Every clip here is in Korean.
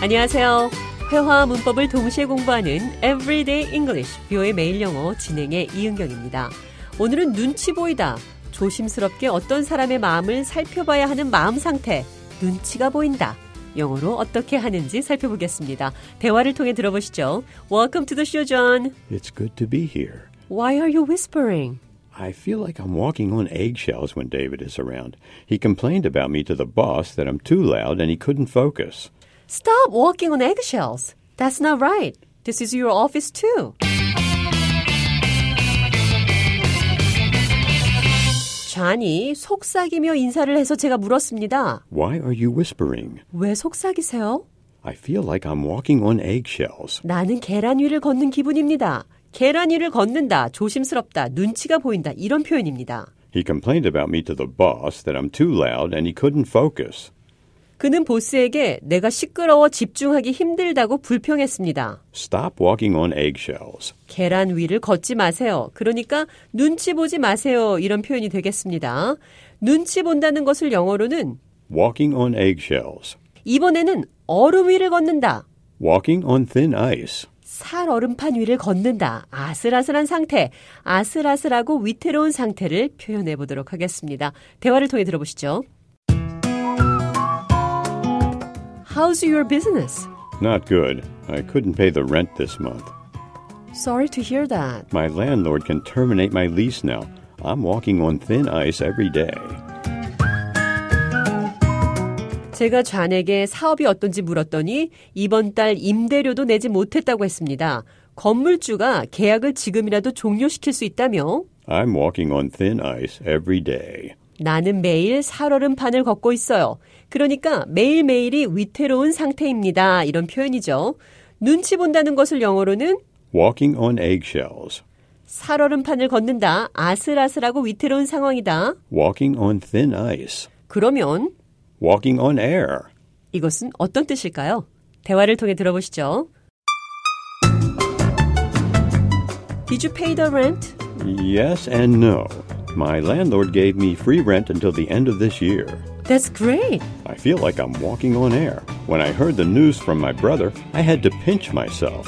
안녕하세요. 회화와 문법을 동시에 공부하는 Everyday English, 뷰의 매일 영어 진행의 이은경입니다. 오늘은 눈치 보이다. 조심스럽게 어떤 사람의 마음을 살펴봐야 하는 마음 상태, 눈치가 보인다. 영어로 어떻게 하는지 살펴보겠습니다. 대화를 통해 들어보시죠. Welcome to the show, John. It's good to be here. Why are you whispering? I feel like I'm walking on eggshells when David is around. He complained about me to the boss that I'm too loud and he couldn't focus. Stop walking on eggshells. That's not right. This is your office too. 잔이 속삭이며 인사를 해서 제가 물었습니다. Why are you whispering? 왜 속삭이세요? I feel like I'm walking on eggshells. 나는 계란 위를 걷는 기분입니다. 계란 위를 걷는다, 조심스럽다, 눈치가 보인다 이런 표현입니다. He complained about me to the boss that I'm too loud and he couldn't focus. 그는 보스에게 내가 시끄러워 집중하기 힘들다고 불평했습니다. Stop walking on eggshells. 계란 위를 걷지 마세요. 그러니까 눈치 보지 마세요. 이런 표현이 되겠습니다. 눈치 본다는 것을 영어로는 Walking on eggshells. 이번에는 얼음 위를 걷는다. Walking on thin ice. 살 얼음판 위를 걷는다. 아슬아슬한 상태, 아슬아슬하고 위태로운 상태를 표현해 보도록 하겠습니다. 대화를 통해 들어보시죠. How's your business? Not good. I couldn't pay the rent this month. Sorry to hear that. My landlord can terminate my lease now. I'm walking on thin ice every day. 제가 좌에게 사업이 어떤지 물었더니 이번 달 임대료도 내지 못했다고 했습니다. 건물주가 계약을 지금이라도 종료시킬 수 있다며 I'm walking on thin ice every day. 나는 매일 살얼음판을 걷고 있어요. 그러니까 매일매일이 위태로운 상태입니다. 이런 표현이죠. 눈치 본다는 것을 영어로는 Walking on eggshells. 살얼음판을 걷는다. 아슬아슬하고 위태로운 상황이다. Walking on thin ice. 그러면 Walking on air. 이것은 어떤 뜻일까요? 대화를 통해 들어보시죠. Did you pay the rent? Yes and no. My landlord gave me free rent until the end of this year. That's great. I feel like I'm walking on air. When I heard the news from my brother, I had to pinch myself.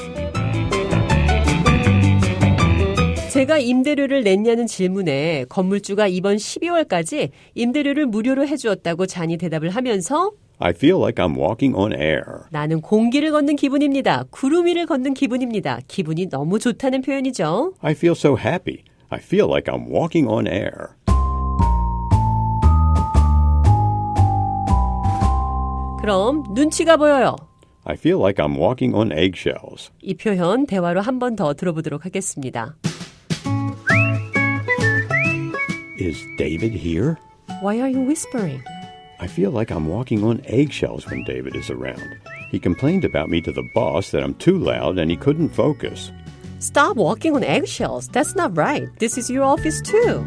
제가 임대료를 냈냐는 질문에 건물주가 이번 12월까지 임대료를 무료로 해주었다고 잔이 대답을 하면서 I feel like I'm walking on air. 나는 공기를 걷는 기분입니다. 구름 위를 걷는 기분입니다. 기분이 너무 좋다는 표현이죠. I feel so happy. I feel like I'm walking on air. 그럼 눈치가 보여요. I feel like I'm walking on eggshells. 이 표현 대화로 한 번 더 들어보도록 하겠습니다. Is David here? Why are you whispering? I feel like I'm walking on eggshells when David is around. He complained about me to the boss that I'm too loud and he couldn't focus. Stop walking on eggshells. That's not right. This is your office too.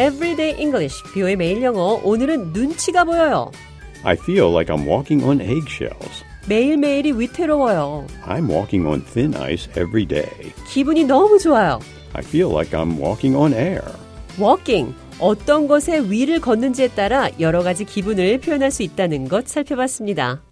Everyday English, 비오의 매일 영어. 오늘은 눈치가 보여요. I feel like I'm walking on eggshells. 매일매일이 위태로워요. I'm walking on thin ice every day. 기분이 너무 좋아요. I feel like I'm walking on air. Walking. 어떤 것의 위를 걷는지에 따라 여러 가지 기분을 표현할 수 있다는 것 살펴봤습니다.